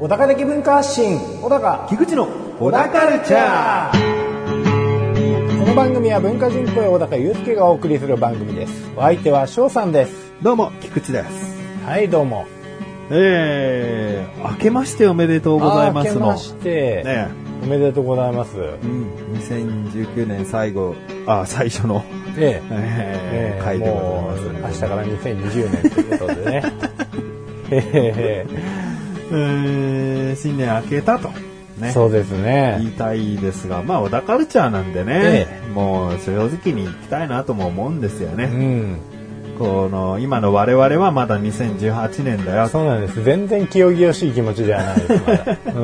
小高的文化発信小高菊池の小田カルチャーこの番組は文化人っぽい小高祐介がお送りする番組ですお相手は翔さんですどうも菊池ですはいどうもえー、明けましておめでとうございますあー明けのまして、ねおめでとうございますうん、2019年最後あ最初の、えええーええ回でごもざうい明ま日すかねら2020年ということで ねええー、新年明けたとえねそうですね言いたいですがまあ小田カルチャーなんでね、えもう正直に行きたいなとも思うんですようね、んこの今の我々はまだ2018年だよそうなんです全然清々しい気持ちではないですま だう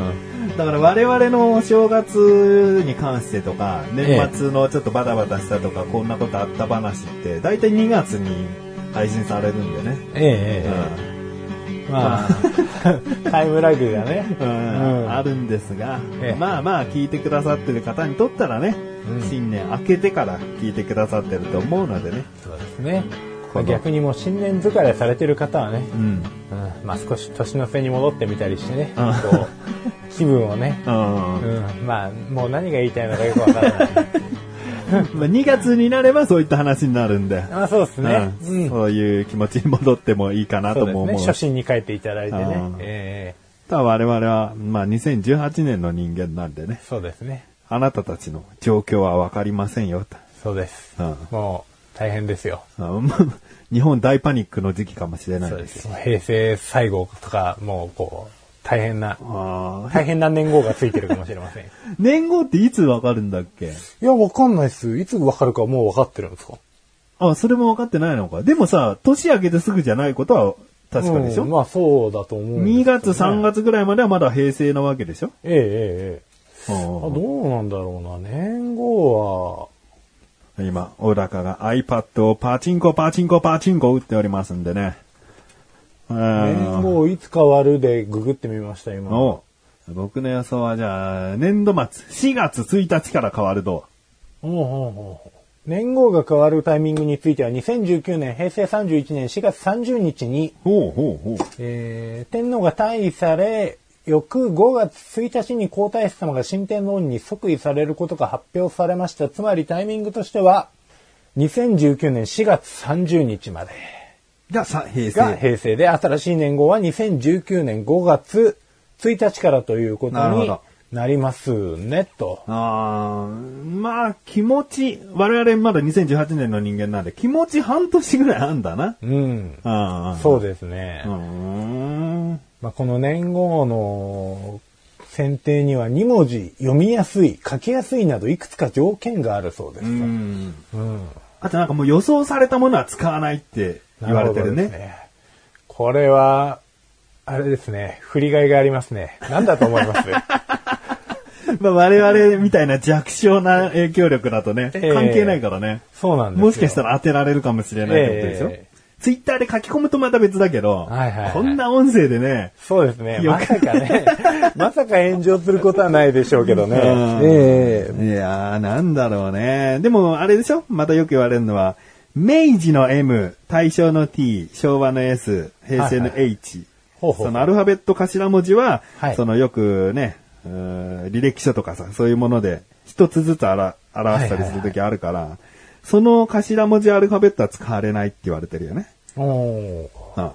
んだから我々のお正月に関してとか年末のちょっとバタバタしたとかこんなことあった話って大体2月に配信されるんでね、ええええうんままああ、 タイムラグがね。うんうんあるんですが、ええまあまあ聞いてくださってる方にとったらね、うん新年明けてから聞いてくださってると思うのでね、そうですね。この逆にもう新年疲れされてる方はね、うん うんまあ少し年の瀬に戻ってみたりしてね、うんこう、 気分をね、うんうん、まあもう何が言いたいのかよくわから ない。まあ、2月になればそういった話になるんで、あそうですね。ううんんそういう気持ちに戻ってもいいかなそとうでもす思うね。し初心に帰っていただいてねうん。えただ我々は、まあ、2018年の人間なんでねえ、そうですね。あなたたちの状況はわかりませんよと。そうです。うんもう大変ですよ。あもう 日本大パニックの時期かもしれないそうでですす。よ。もう平成最後とか、もうこう、大変な、あー大変な年号がついてるかもしれません。年号っていつわかるんだっけいや、わかんないっす。いつわかるかもうわかってるんですかあ、それも分かってないのか。でもさ、年明けてすぐじゃないことは確かでしょ、うんまあそうだと思うんです2けどね月、3。月ぐらいまではまだ平成なわけでしょえええええうえあんどうなんだろうな。年号は、今、小高が iPad をパチンコパチンコパチンコ打っておりますんでね。うん年号いつ変わるでググってみました、今。お僕の予想はじゃあ、年度末、4月1日から変わると。おうおうおう年号が変わるタイミングについては、2019年、平成31年4月30日に、ほうほうほう。えー天皇が退位され、翌5月1日に皇太子様が新天皇に即位されることが発表されました。つまりタイミングとしては、2019年4月30日までが、さ、平が。平成で、新しい年号は2019年5月1日からというこなるとほにどなりますね、と。あーまあ、気持ち、我々まだ2018年の人間なんで、気持ち半年ぐらいあんだな。うん。あーそうですね。うーん。まあ、この年号の選定には2文字、読みやすい、書きやすいなどいくつか条件があるそうです。うん。うんあとなんかもう予想されたものは使わないって言われてるなほどですね。ねこれは、あれですね。振りがいがありますね。なんだと思いますまあ我々みたいな弱小な影響力だとね、ええ関係ないからね。 そうなんですよ。もしかしたら当てられるかもしれないってことでしょ、ええツイッターで書き込むとまた別だけど、はいはいはいこんな音声でね、そうですね。よまくさかね、 まさか炎上することはないでしょうけどね。うんえいやー、なんだろうね。でも、あれでしょまたよく言われるのは、明治の M、大正の T、昭和の S、平成の H。ほうほうそのアルファベット頭文字は、はいそのよくね、うー履歴書とかさ、そういうもので、一つずつあら表したりするときあるから、その頭文字アルファベットは使われないって言われてるよね。えおーうん。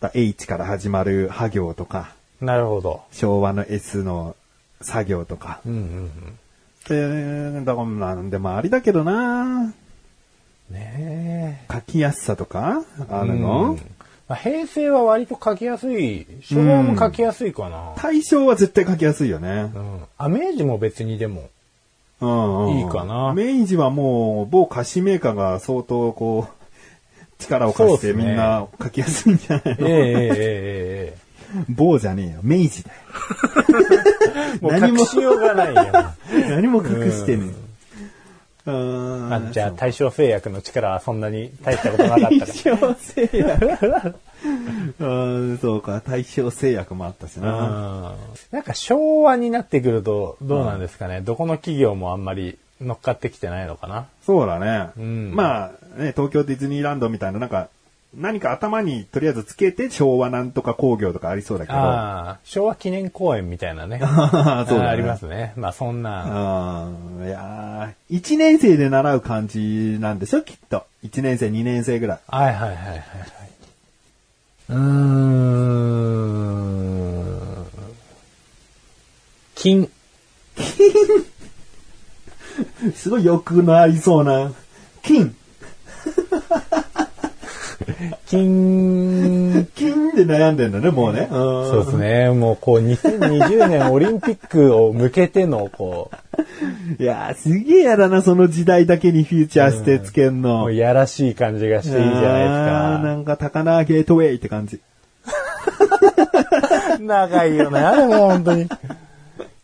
だ H から始まる波行とか、なるほど。昭和の S の作業とか。うんうんえー、だからなんでもありだけどなうん。ねえ。書きやすさとかあるの、まあ平成は割と書きやすい。昭和も書きやすいかな。対象は絶対書きやすいよねう。ん。あ、明治も別にでも。うん、うん。いいかな明治はもう某菓子メーカーが相当こう、力を貸しそうてっすねみんな書きやすいんじゃないええの、えええええ某じゃねえよ。明治だよ。 え。もう隠しようがないよ。何も隠してねえ。うーん。あじゃあ、対象制約の力はそんなに大したことなか ったか対象制約。 うーん、そうか。対象制約もあったしな。ら。なんか昭和になってくるとどうなんですかね、どこの企業もあんまり乗っかってきてないのかな。そうだね。んまあ、ね、東京ディズニーランドみたいな、なんか、何か頭にとりあえずつけて昭和なんとか工業とかありそうだけど。あああ、昭和記念公園みたい なね。あ そうだ、ね、あありますね。まあそんな、うんいやー一年生で習う感じなんでしょ、きっと。一年生、二年生ぐらい。はいはいはいはいはい。うーん。金。すごい欲のありそうな。金金。金で悩んでんだね、もうね。そそうですね。もうこう2020年オリンピックを向けてのこいやー、すげえやだな、その時代だけにフィーチャーしてつけんう、もの。うやらしい感じがしていいじゃあーななんか、高輪ゲートウェイって感じ。いですか。長いよね。あれもう本当に。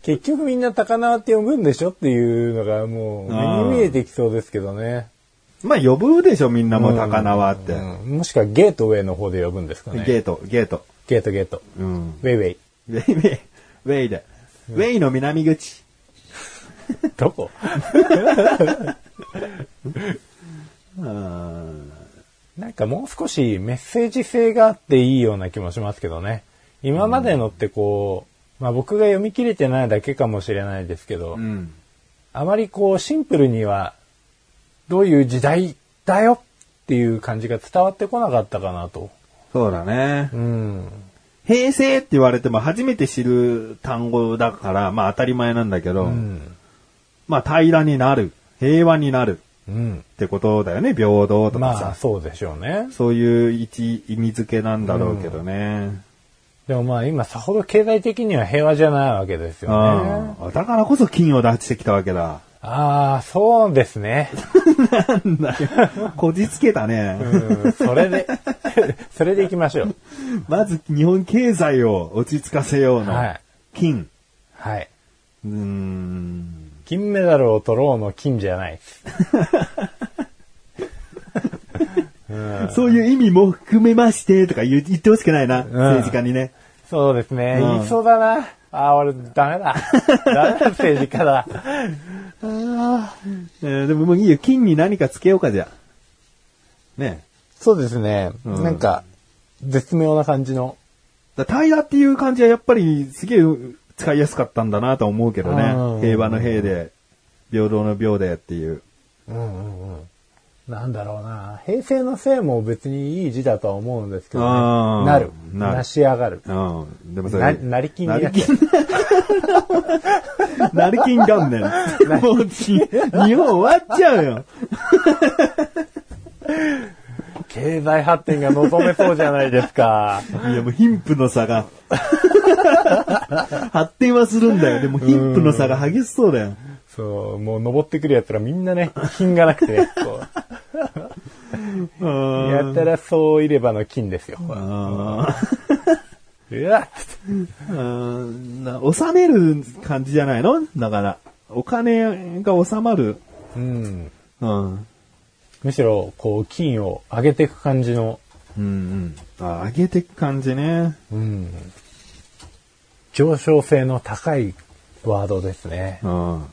結局みんな高輪って呼ぶんでしょっていうのがもう目に見えてきそうですけどね。まあ、呼ぶでしょ、みんなもう高輪って。うんもしくはゲートウェイの方で呼ぶんですかね。ゲート、ゲート。ゲートゲート。うん。ウェイウェイ。ウェイウェイ、ウェイで。ウェイの南口。どこうーんなんかもう少しメッセージ性があっていいような気もしますけどね。今までのってこう、まあ僕が読み切れてないだけかもしれないですけど、うん。あまりこうシンプルには、どういう時代だよっていう感じが伝わってこなかったかなと。そうだね。うん。平成って言われても初めて知る単語だから、まあ当たり前なんだけど、うん。まあ平らになる、平和になるうん。ってことだよね、平等とかさ。まあそうでしょうね。そういう位置、意味付けなんだろうけどね。でもまあ今さほど経済的には平和じゃないわけですよね。ああだからこそ金を出してきたわけだ。ああ、そうですね。なんだよ。 こじつけたね。うん、それで、 それで行きましょう。まず日本経済を落ち着かせようの。はい金。はい。うーん。金メダルを取ろうの金じゃない。そういう意味も含めましてとか言う言ってほしくないな、政治家にね。そうですね。うん言いそうだな。あー、俺、ダメだ。ダメだ、政治家だ。えーでももういいよ、金に何かつけようかじゃあ。ねそうですね。うんなんか、絶妙な感じの。だ平らっていう感じはやっぱりすげえ使いやすかったんだなと思うけどうんね。平和の平で、平等の平でっていう。うんうんうん。なんだろうな。平成のせいも別にいい字だとは思うんですけどあーね。なる。なるなし上がる。うん。でもそな、れ。なりきんにななりっきちんゃう。 なりきん 元年。もう日日本終わっちゃうよ。経済発展が望めそうじゃないですか。いやもう貧富の差が。 発展はするんだよ。でも貧富の差が激しそうだよ。 そう、もう登ってくるやつらみんなね、品がなくてね、こう。うんやたらそういればの金ですよ。あうわっーうんな収める感じじゃないのだから。お金が収まる。うん。うん。むしろ、こう、金を上げていく感じの、うんうん。あ上げてく感じね。うん。上昇性の高いワードですね。うん。あ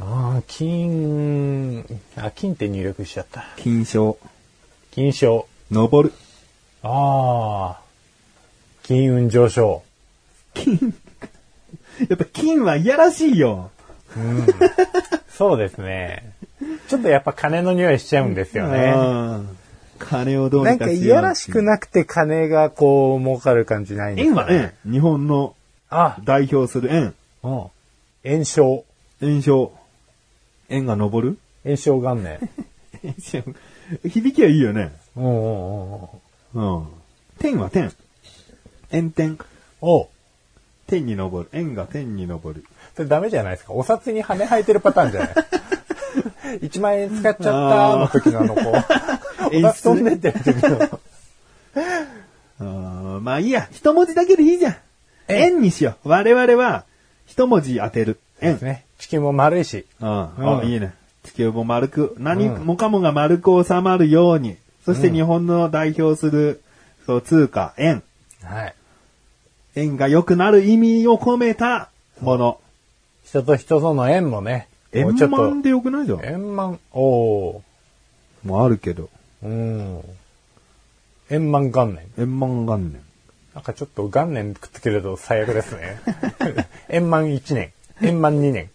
あ、金、あ、金って入力しちゃった。金賞。金賞。登る。ああ。金運上昇。金。やっぱ金はいやらしいよ。 そうですね。ちょっとやっぱ金の匂いしちゃうんですよね。うん金をどうなにんかかいやらしくなくて金がこう儲かる感じないんです円はかねね、日本のあ、代表する円。うん。炎症。円章。円が登る炎症元年。円章。 響きはいいよね。うんうんうんうん。うん。天は天。円天。おう天に登る。円が天に登 る。それダメじゃないですか。お札に羽生えてるパターンじゃない ?1 万円使っちゃったーの時のあの子。お 演札出飛んでってる時の。あーまあいいや。一文字だけでいいじゃん。円円にしよう。我々は、一文字当てる。円。ね。地球も丸いし。うん。うあ、んいいね。地球も丸く、何もかもが丸く収まるように、そして日本の代表する、そう、通貨、円。はい。縁が良くなる意味を込めたもの。人と人との縁もね、も円うちょっ満で良くないじゃんと、。円満、おーもうあるけど。うん。円満元年。円満元年。 なんかちょっと元年くっつけると最悪ですね。 円満1年、円満2年。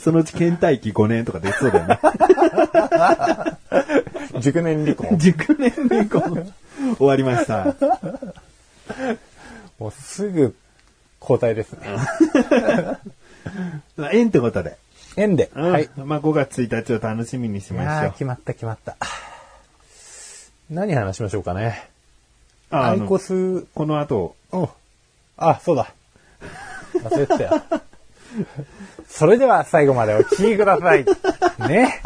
そのうち倦怠期5年とか出そうだよね。熟年離婚。 熟年でこう、終わりました。もうすぐ交代ですね。縁ってことで。円で。うん、はい。まあ5月1日を楽しみにしまあしーょう。決まった決まった。 何話しましょうかね。あアあイのコス、うん。この後、あ、そうだ。忘れてたよ。それでは最後までお聴きください。ね。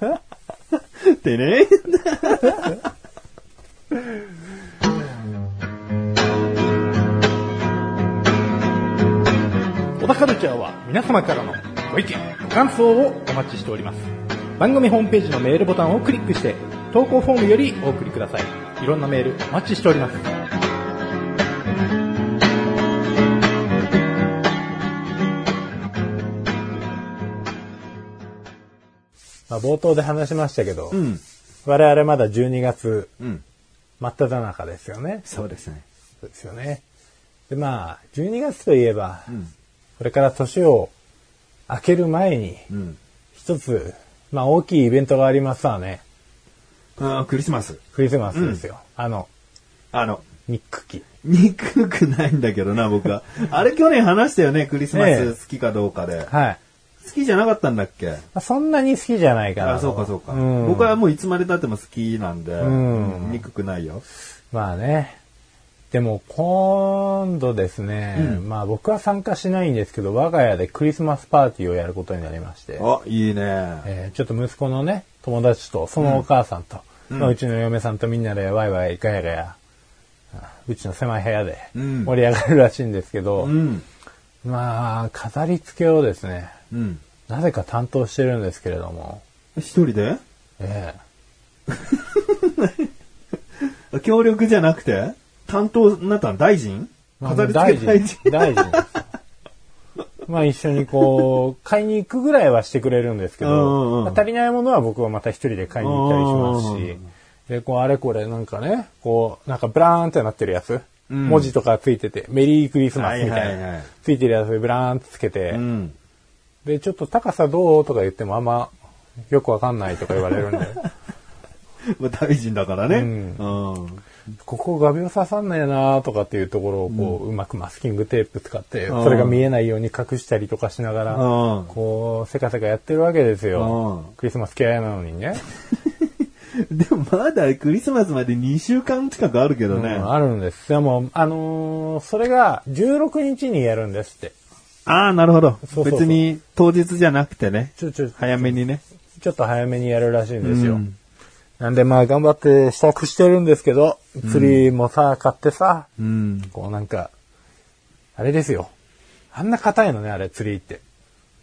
ってね。小田カルチャーは皆様からのご意見、ご感想をお待ちしております。番組ホームページのメールボタンをクリックして、投稿フォームよりお送りください。いろんなメールお待ちしております。まあ、冒頭で話しましたけど、うん。我々まだ12月うん。真っ只中ですよね。 そうですね。そうですよね。で、まあ、12月といえば、うん。これから年を明ける前に、うん。一つ、まあ大きいイベントがありますわね。ああ、クリスマス。クリスマスですよ。あの、あの、ニック期。憎くないんだけどな、僕 は。あれ去年話したよね、クリスマええス好きかどうかで。はい。ま好きじゃなかったんだっけあ、そんなに好きじゃないかな。あ、そうかそうか。ん僕はもういつまで経っても好きなんで、んうん憎くないよ。まあね。でも、今度ですね、うんまあ僕は参加しないんですけど、我が家でクリスマスパーティーをやることになりまして、あ、いいね。えーちょっと息子のね、友達と、そのお母さんと、うまあ、うちの嫁さんとみんなでワイワイガヤガヤ、あうちの狭い部屋でうん盛り上がるらしいんですけど、うん。まあ、飾り付けをですね、うん。なぜか担当してるんですけれども、一人でえ協力じゃなくて担当になったの大臣え飾り付け大臣。大臣ですよまあ一緒にこう、買いに行くぐらいはしてくれるんですけうんうんど、うんまあ足りないものは僕はまた一人で買いに行ったりうんうんしうますし、で、こう、あれこれなんかね、こう、なんかブラーンってなってるやつ、うん文字とかついてて、メリークリスマスみたいな、はいはいはいついてるやつでブラーンってつけて、うん。で、ちょっと高さどうとか言ってもあんまよくわかんないとか言われるんで、まあ大臣だからね。うんうんここ画鋲刺さんないなとかっていうところをこう、うまくマスキングテープ使って、うんそれが見えないように隠したりとかしながら、うんこう、せかせかやってるわけですようん。クリスマス嫌いなのにね。でもまだクリスマスまで2週間近くあるけどうね。んああるんです。でも、あのーそれが16日にやるんですって。あー、なるほどそうそうそう別に当日じゃなくてね。ちょ、ちょ、早めにね。ちょっと早めにやるらしいんですよ。うんなんでまあ頑張って支度してるんですけど、釣りもさ、買ってさ、うん。こうなんか、あれですよ。あんな硬いのね、あれ、釣りって。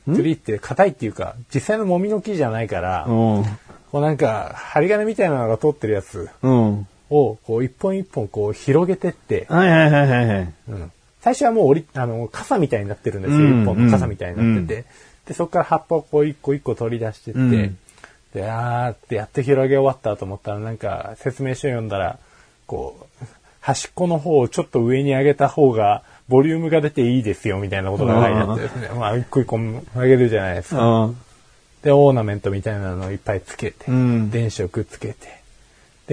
釣りって硬いっていうか、実際のもみの木じゃないから、うん。こうなんか、針金みたいなのが通ってるやつうん。を、こう一本一本こう広げてって、はいはいはいはいはい。うん最初はもう折り、あの、傘みたいになってるんですよ。一、うん本の傘みたいになってて。うで、そこから葉っぱをこう一個一個取り出してって、うんで、あーってやって広げ終わったと思ったら、なんか説明書読んだら、こう、端っこの方をちょっと上に上げた方が、ボリュームが出ていいですよ、みたいなことが書いてあってですね。まあ、一個一個上げるじゃないですか。うん。で、オーナメントみたいなのをいっぱいつけて、うん電子をくっつけて、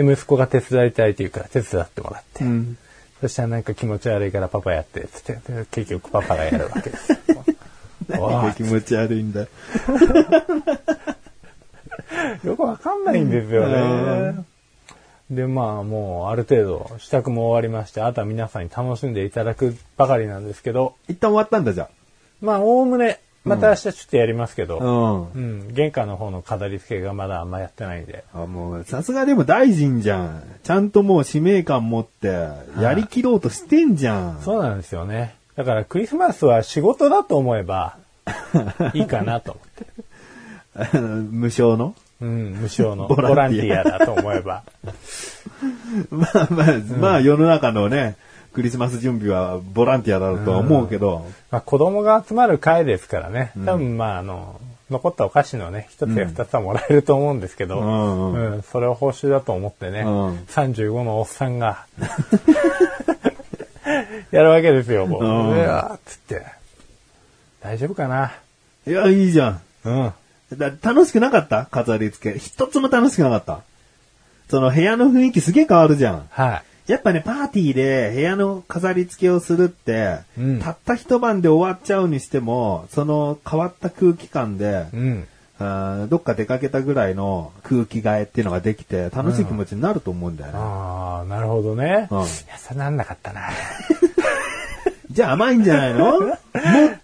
で、息子が手伝いたいって言うから手伝ってもらって、うん。そしたらなんか気持ち悪いからパパやって、つって、で結局パパがやるわけ です。何が気持ち悪いんだ。よくわかんないんですよね。で、まあもうある程度支度も終わりまして、あとは皆さんに楽しんでいただくばかりなんですけど、一旦終わったんだじゃまあおおむね、また明日ちょっとやりますけあ。ど、うんうん、玄関の方の飾り付けがまだあんまやってないんで、あ、もう、さすがでも大臣じゃん。ちゃんともう使命感持って、やりきろうとしてんじゃん。そうなんですよね。だからクリスマスは仕事だと思えば、いいかなと思って。無償のうん、無償 のボボランティラアンティアだと思えば。まあまあ、まあ世の中のね、クリスマス準備はボランティアだろうとは思うけど、まあ、子供が集まる会ですからね、多分まあ、あの、残ったお菓子のね、一つや二つはもらえると思うんですけど、うんううんそれを報酬だと思ってね、うん35のおっさん が、やるわけですよ、もう。うんうわーっつって。大丈夫かないや、いいじゃうん。ん。だ楽しくなかった飾り付け。一つも楽しくなかった。その部屋の雰囲気すげえ変わるじゃん。はい。やっぱね、パーティーで部屋の飾り付けをするって、うんたった一晩で終わっちゃうにしても、その変わった空気感で、うん。あーどっか出かけたぐらいの空気替えっていうのができて、楽しい気持ちになると思うんだよね。ああ、なるほどね。うんいや、それなんなかったな。じゃあ甘いんじゃな いのもっ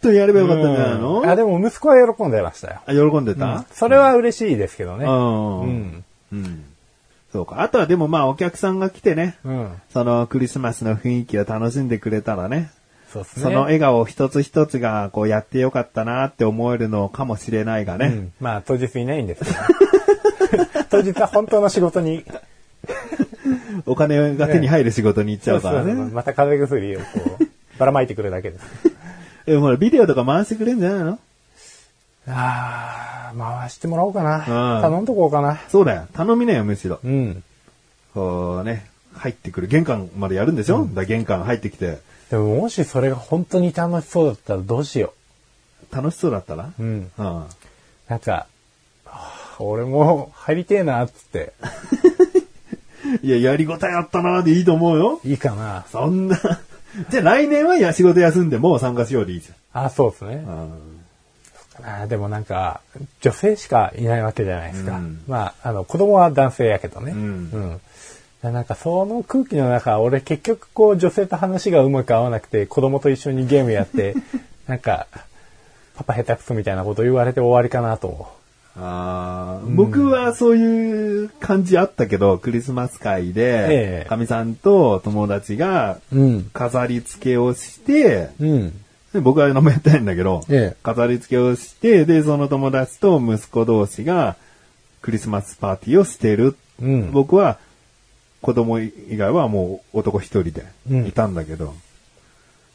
とやればよかったんじゃないの、うんあ、でも息子は喜んでましたよ。あ喜んでた、それは嬉しいですけどね。うんうん。うんそうか。あとはでもまあお客さんが来てね、うん。そのクリスマスの雰囲気を楽しんでくれたらね、そうですね。その笑顔一つ一つがこうやってよかったなって思えるのかもしれないがね。うん、まあ当日いないんですけどね 当日は本当の仕事に、お金が手に入る仕事に行っちゃうからそうそうね。また風邪薬をこう、ばらまいてくるだけです。え、ほら、ビデオとか回してくれんじゃないのああ、回してもらおうかな。うん頼んとこうかな。そうだよ。頼みなよ、むしろ。うん。こうね、入ってくる。玄関までやるんでしょ、だから玄関入ってきて、でももしそれが本当に楽しそうだったらどうしよ楽しそうだったらう。うん。うん。なんか、はあ俺も入りてえな、っつって。いや、やりごたえあったなーでいいと思うよ。いいかな。そんな。 じゃあ来年はや仕事休んでもう参加しようでいいじあそうですねゃ。ん。あーでもなんか、女性しかいないわけじゃないですか。うんまあ、あの、子供は男性やけどね。うんうんでなんかその空気の中、俺結局こう女性と話がうまく合わなくて子供と一緒にゲームや って、なんか、パパ下手くそみたいなこと言われて終わりかなと思あー僕はそういう感じあったけど、クリスマス会ええで、かみさんと友達がう。うん。飾り付けをして、うん。で僕は何もやってないんだけど、ええ飾り付けをして、で、その友達と息子同士がクリスマスパーティーをしてる。うん僕は子供以外はもう男一人でいたんだけど、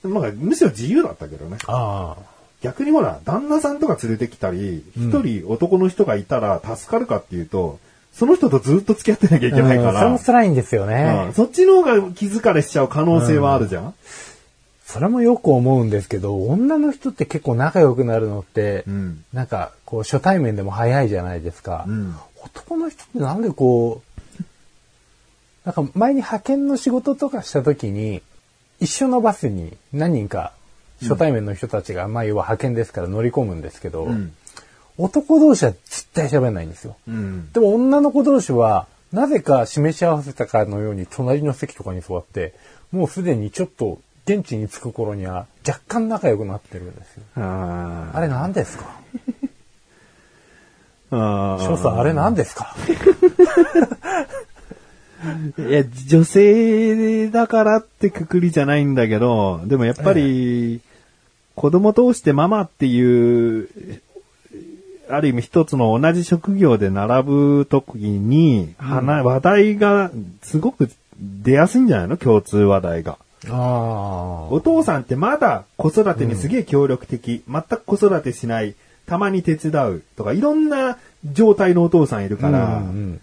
なんかむしろ自由だったけどね。ああ。逆にほら、旦那さんとか連れてきたり、一人男の人がいたら助かるかっていうと、その人とずっと付き合ってなきゃいけないかうんそれもら、辛いんですよね。うんそっちの方が気疲れしちゃう可能性はあるじゃん、それもよく思うんですけど、女の人って結構仲良くなるのって、うんなんかこう初対面でも早いじゃないですか。うん男の人ってなんでこう、なんか前に派遣の仕事とかした時に、一緒のバスに何人か初対面の人たちが、まあ要は派遣ですから乗り込むんですけど、ん男同士は絶対喋んないんですよ。うんでも女の子同士は、なぜか示し合わせたかのように隣の席とかに座って、もうすでにちょっと現地に着く頃には若干仲良くなってるんですよ。ああれ何ですかあ翔さん、あれ何ですかいや、女性だからってくくりじゃないんだけど、でもやっぱり、子供通してママっていう、ある意味一つの同じ職業で並ぶ時に、話話題がすごく出やすいんじゃないの共通話題が。あお父さんってまだ子育てにすげえ協力的、全く子育てしない、たまに手伝うとか、いろんな状態のお父さんいるかうら、ん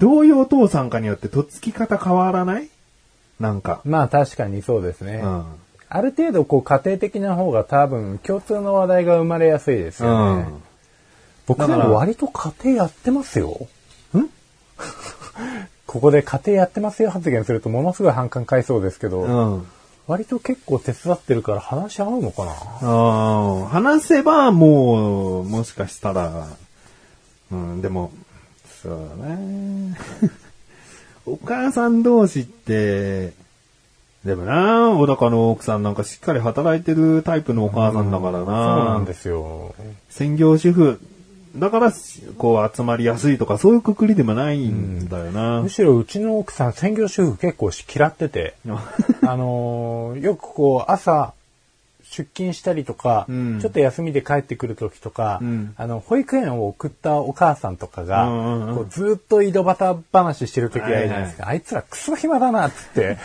どういうお父さんかによってとっつき方変わらないなんか。まあ確かにそうですね。うん。ある程度こう家庭的な方が多分共通の話題が生まれやすいですよね。僕でだからも割と家庭やってますよ。ん ここで家庭やってますよ発言するとものすごい反感買いそうですけど、うん。うん。割と結構手伝ってるから話し合うのかなあー話せばもう、もしかしたら、うん、でも、そうだね。 お母さん同士って、でもな、小高の奥さんなんかしっかり働いてるタイプのお母さんだからそな。うなんですよ。専業主婦。だから、こう集まりやすいとか、そういうくくりでもないんだよな。 むしろうちの奥さん専業主婦結構嫌ってて、あのーよくこう朝、出勤したりとか、うんちょっと休みで帰ってくる時とか、うんあの、保育園を送ったお母さんとかが、うんうんうんこうずっと井戸端話してる時がいるじゃないですか。あいつらクソ暇だな、っつって、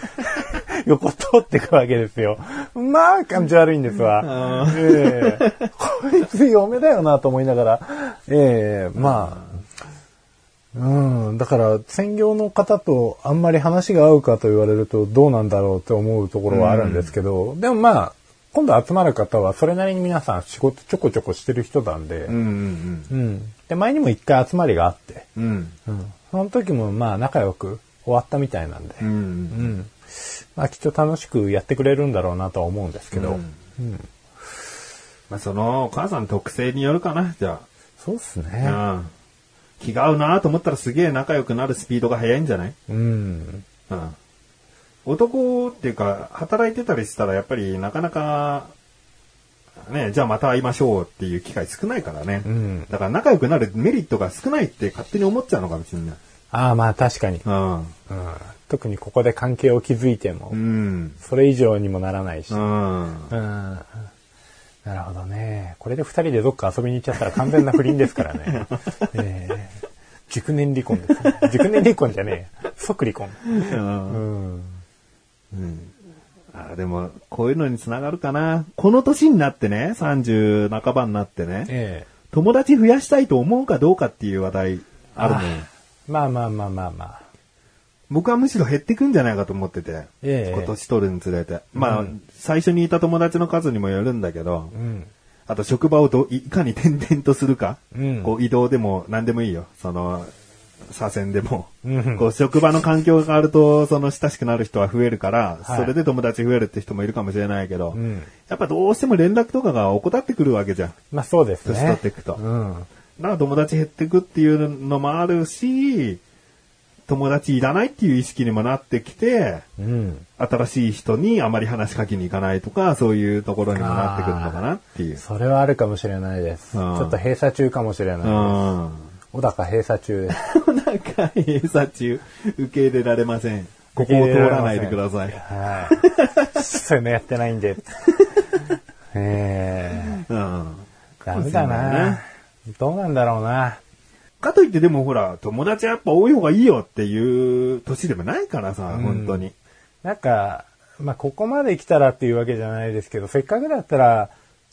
横通ってくわけですよ。まあ、感じ悪いんですわ。ええこいつ嫁だよな、と思いながら、ええまあ、うん、だから専業の方とあんまり話が合うかと言われるとどうなんだろうって思うところはあるんですけど、でもまあ今度集まる方はそれなりに皆さん仕事ちょこちょこしてる人なんで、うんうんうんで前にも一回集まりがあって、うん。うん。うん、その時もまあ仲良く終わったみたいなんで、う。うんんまあ、きっと楽しくやってくれるんだろうなとは思うんですけど、うんまあ、その、お母さんの特性によるかな、じゃそうっすあ。ね、うん。気が合うなと思ったらすげえ仲良くなるスピードが速いんじゃないうん、うん。男っていうか、働いてたりしたら、やっぱりなかなか、ね、じゃあまた会いましょうっていう機会少ないからね。うんだから仲良くなるメリットが少ないって勝手に思っちゃうのかもしれない。ああまあ確かに、うん。うん、特にここで関係を築いても、うん。それ以上にもならないし。ううん。ん。なるほどね。これで二人でどっか遊びに行っちゃったら完全な不倫ですから ね。ええ熟年離婚です、ね。熟年離婚じゃねえや。即離婚。うんうん。うんあーでも、こういうのにつながるかな。この年になってね、30半ばになってね、ええ友達増やしたいと思うかどうかっていう話題あるのよまあまあまあまあまあ。僕はむしろ減ってくんじゃないかと思ってて、ええ今年取るにつれて。まあ、うん最初にいた友達の数にもよるんだけどう、ん。あと職場をどいかに転々とするか、うんこう移動でも何でもいいよ。その、左遷でも。うんこう職場の環境が変わると、その親しくなる人は増えるから、はいそれで友達増えるって人もいるかもしれないけど、うんやっぱどうしても連絡とかが怠ってくるわけじゃん。まあそうですね。年取っていくと。うん。だから友達減ってくっていうのもあるし、友達いらないっていう意識にもなってきて、うん。新しい人にあまり話しかけに行かないとか、そういうところにもなってくるのかなっていう。それはあるかもしれないです。ちうんょっと閉鎖中かもしれないうです。ん。小高閉鎖中です。なんか、閉鎖中、受け入れられません。ここを通らないでください。はい。 そういうのやってないん で。えうん。えダメだな。どうなんだろうな。かといってでもほら、友達はやっぱ多い方がいいよっていう年でもないからさ、本当に。なんか、まあ、ここまで来たらっていうわけじゃないですけど、せっかくだったら、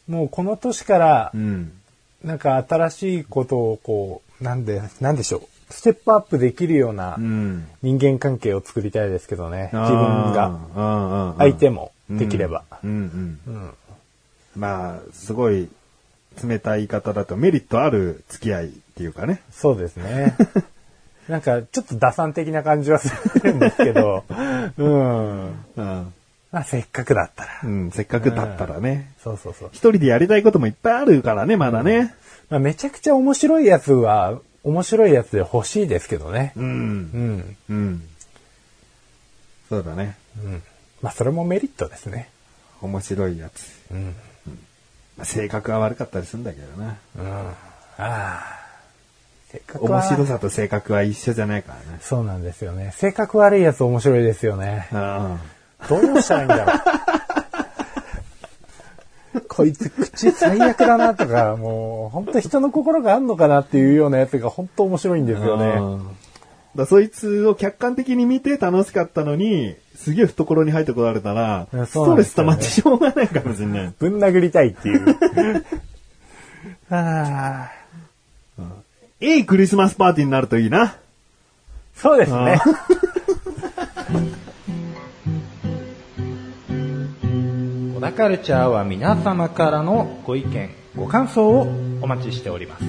もうこの年からう、ん。なんか新しいことをこう、なんで、なんでしょう。ステップアップできるようなうん。人間関係を作りたいですけどね。自分が、が相手もできれば。うんうん。うんまあ、すごい、冷たい言い方だとメリットある付き合いっていうかね。そうですね。 なんか、ちょっと打算的な感じはするんですけ ど、うん。うん。まあ、せっかくだったら。うん、せっかくだったらね。そうそうそう。一人でやりたいこともいっぱいあるからね、まだね。まあ、めちゃくちゃ面白いやつは、面白いやつで欲しいですけどね。うんう。ん。うん。そうだね。まあ、それもメリットですね。面白いやつ。うん。まあ性格は悪かったりするんだけどな。ああ。性格は面白さと性格は一緒じゃないからね。そうなんですよね。性格悪いやつ面白いですよね。あどうしたらいいんだろう。 こいつ口最悪だなとか、もう本当人の心があんのかなっていうようなやつが本当面白いんですよね。ね。だそいつを客観的に見て楽しかったのに、すげえ懐に入ってこられたら、いやスそうなトんレでスす溜よねまってしょうがないかもしれない。ぶん殴りたいって いう。ああ、いいクリスマスパーティーになるといいな。そうですね。小田カルチャーは皆様からのご意見、ご感想をお待ちしております。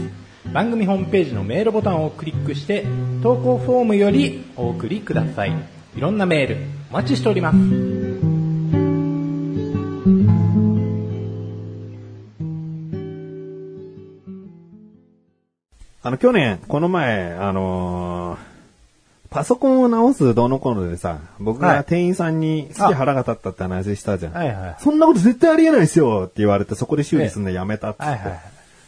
番組ホームページのメールボタンをクリックして、投稿フォームよりお送りください。いろんなメール、お待ちしております。あの、去年、この前、あのーパソコンを直すどうのこうのでさ、僕はがい店員さんにすげえ腹が立ったって話したじゃん。はいはいそんなこと絶対ありえないですよって言われて、そこで修理するのやめたっつって。はいはい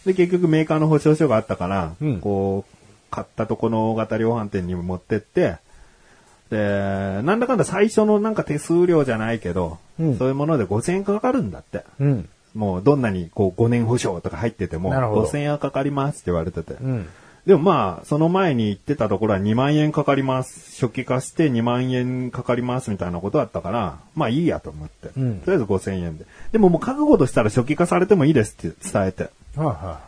で、結局メーカーの保証書があったから、うんこう、買ったとこの大型量販店に持ってって、して、なんだかんだ最初のなんか手数料じゃないけど、うんそういうもので5000円かかるんだって。うん。もうどんなにこう5年保証とか入ってても、なるほど5000円はかかりますって言われてて。うん。でもまあ、その前に言ってたところは2万円かかります。初期化して2万円かかりますみたいなことだったから、まあいいやと思って。うんとりあえず5000円で。でももう覚悟としたら初期化されてもいいですって伝えて。はいは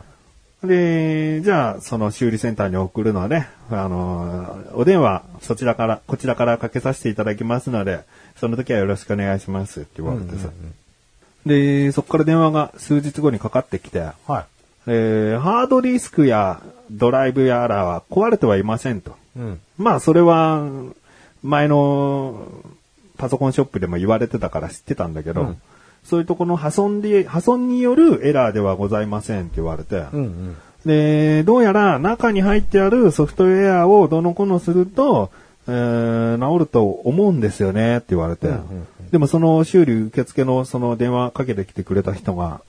で、じゃあ、その修理センターに送るので、あのー、お電話、そちらから、こちらからかけさせていただきますので、その時はよろしくお願いしますって言われてさ。で、そこから電話が数日後にかかってきて、い。はえーハードディスクやドライブやらは壊れてはいませんと。い。うん。まあ、それは、前のパソコンショップでも言われてたから知ってたんだけど、うんそういうとこの破損で、破損によるエラーではございませんって言われて、うんうん。で、どうやら中に入ってあるソフトウェアをどのこのすると、えー治ると思うんですよねって言われて、んうんでもその修理受付のその電話かけてきてくれた人が、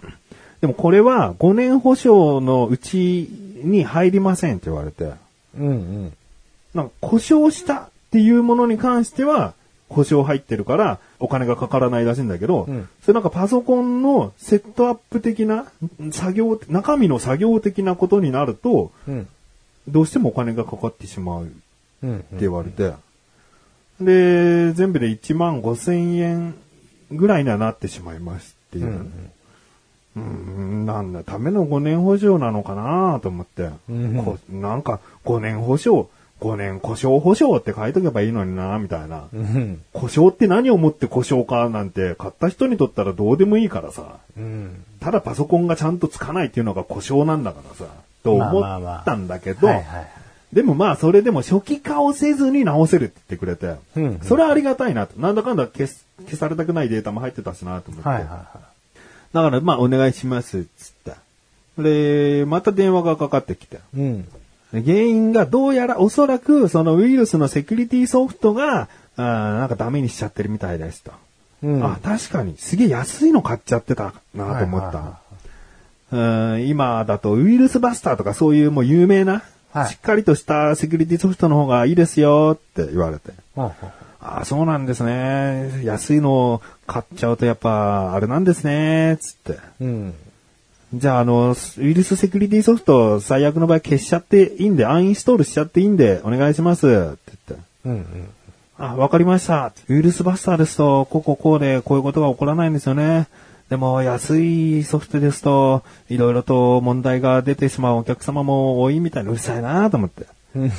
でもこれは5年保証のうちに入りませんって言われて、うんうん。なんか故障したっていうものに関しては、故障入ってるから、お金がかからないらしいんだけど、うんそれなんかパソコンのセットアップ的な、作業、中身の作業的なことになると、うん。どうしてもお金がかかってしまうってうんうん。言われて、で、全部で1万5千円ぐらいにはなってしまいますっていう。ううんんんなんだ、ための5年保証なのかなと思って、うんこなんか5年保証、5年故障保証って書いとけばいいのになみたいな。うん。うん。故障って何をもって故障かなんて買った人にとったらどうでもいいからさ。うん。ただパソコンがちゃんとつかないっていうのが故障なんだからさ、と思まあまあまあったんだけどはい、はい。でもまあ、それでも初期化をせずに直せるって言ってくれて、うんうんそれはありがたいなと。なんだかんだ消す消されたくないデータも入ってたしなと思って。はいはいはだからまあ、お願いします、つって。で、また電話がかかってきて。い。うん。原因がどうやらおそらくそのウイルスのセキュリティソフトが、あーなんかダメにしちゃってるみたいですと。うん。あ、確かに、すげえ安いの買っちゃってたなと思った。はいはいはうん今だとウイルスバスターとかそういうもう有名な、はいしっかりとしたセキュリティソフトの方がいいですよって言われて。うんああ、そうなんですね。安いのを買っちゃうとやっぱ、あれなんですね、つって。うん。じゃあ、あの、ウイルスセキュリティソフト最悪の場合消しちゃっていいんで、アンインストールしちゃっていいんで、お願いします、って言って。うんうん。あ、わかりました。ウイルスバスターですと、こうこうこうで、こういうことが起こらないんですよね。でも、安いソフトですと、いろいろと問題が出てしまうお客様も多いみたいな、うるさいなと思って。うんい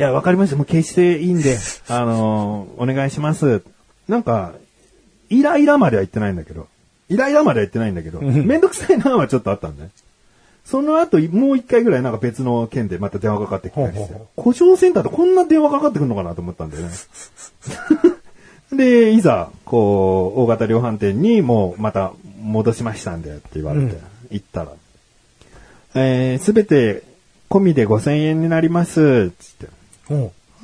や、わかりました。もう消していい んで、あのお願いします。なんか、イライラまでは言ってないんだけど、イライラまでは言ってないんだけど、うんめんどくさいなはちょっとあったんだね。その後、もう一回ぐらいなんか別の件でまた電話かかってきたりほうしほてうほう、故障センターってこんな電話かかってくるのかなと思ったんだよね。 で、いざ、こう、大型量販店にもうまた戻しましたんでって言われて、うん行ったら、えー、すべて込みで5000円になります、つって。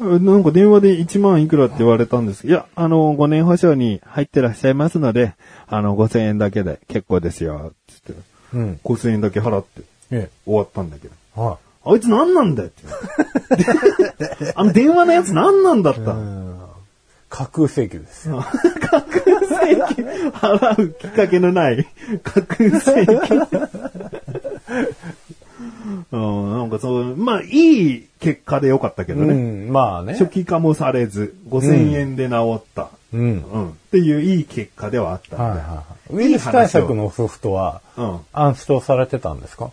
うん。なんか電話で1万いくらって言われたんですけど、いや、あの、5年保証に入ってらっしゃいますので、あの、5000円だけで結構ですよ、つって。うん。 5000円だけ払ってえ終わったんだけど。え。はあいつ何なんだよって。 あの電話のやつ何なんだったい。のん。架空請求です。請求払うきっかけのない架空請求。 うん、なんかそう、まあ、いい結果でよかったけどうね。ん。まあね。初期化もされず、5000円で治った。うん。うん。っていういい結果ではあったんで。はいはいはい。ウイルス対策のソフトは、うん。アンストされてたんですか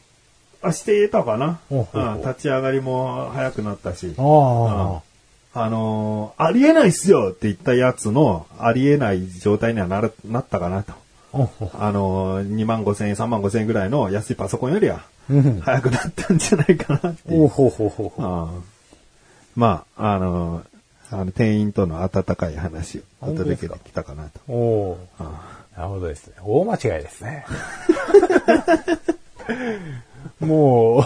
あ、してたかな。ほうほうほううん。立ち上がりも早くなったし。ああのーありえないっすよって言ったやつの、ありえない状態にはなるなったかなと。あ。あのー、2万5千円、3万5千円ぐらいの安いパソコンよりはうん、早くなったんじゃないかなっていう。おほほほほ。うんまあ、あのーあの、店員との温かい話をお届けできたかなと。おおー。うんなるほどですね。大間違いです ね。もう、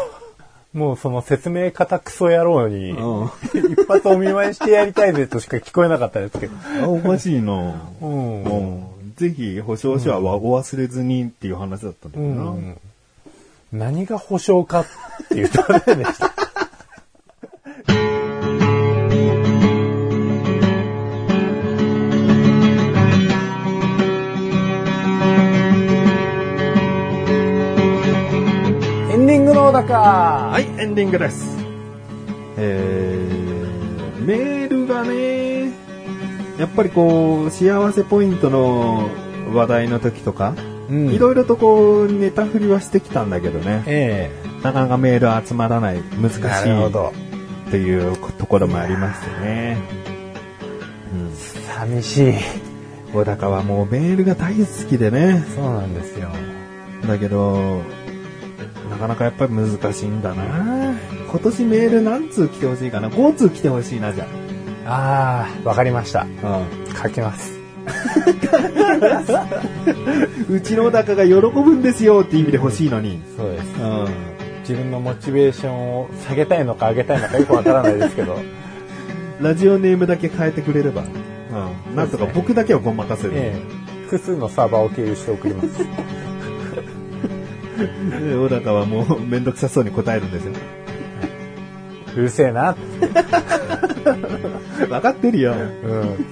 もうその説明方クソ野郎に、うん一発お見舞いしてやりたいぜとしか聞こえなかったですけど。あおかしいな。うんうんぜひ、保証書はお忘れずにっていう話だったんだけどな。何が保証かっていうところでした。エンディングの小高は。はいい、エンディングです。えー、メールがね、やっぱりこう、幸せポイントの話題の時とか、うんいろいろとこう、ネタ振りはしてきたんだけどね、えなかなかメール集まらない、難しえなるほいど。というところもありましてね。寂しい。小高はもうメールが大好きでね、そうなんですよ。だけど、なかなかやっぱり難しいんだな今年メール何通来てほしいかな ?5 通来てほしいな、じゃああ、わかりました。あ。うん書きます。うちのお高が喜ぶんですよって意味で欲しいのに。そうです。うん。自分のモチベーションを下げたいのか上げたいのかよくわからないですけど。ラジオネームだけ変えてくれれば。うん。なんとか僕だけはごまかせる。ええ複数のサーバーを経由して送ります。 で小高はもうめんどくさそうに答えるんですよ。うるせえな。わかってるよ。うん。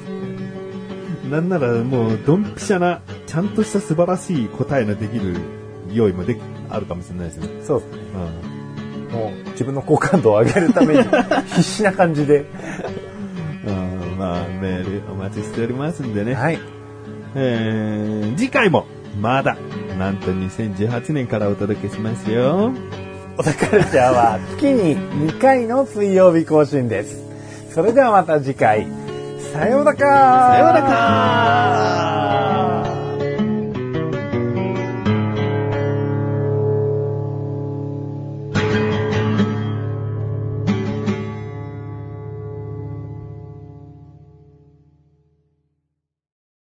なんならもうドンピシャな、ちゃんとした素晴らしい答えのできる用意もでき、あるかもしれないですよ。そうですね。うもう自分の好感度を上げるた めに必死な感じで。ん。うん、まあメールお待ちしておりますんでね。はい。えー、次回も、まだ、なんと2018年からお届けしますよ。オタカルチャーは月に2回の水曜日更新です。それではまた次回。さようならさようなら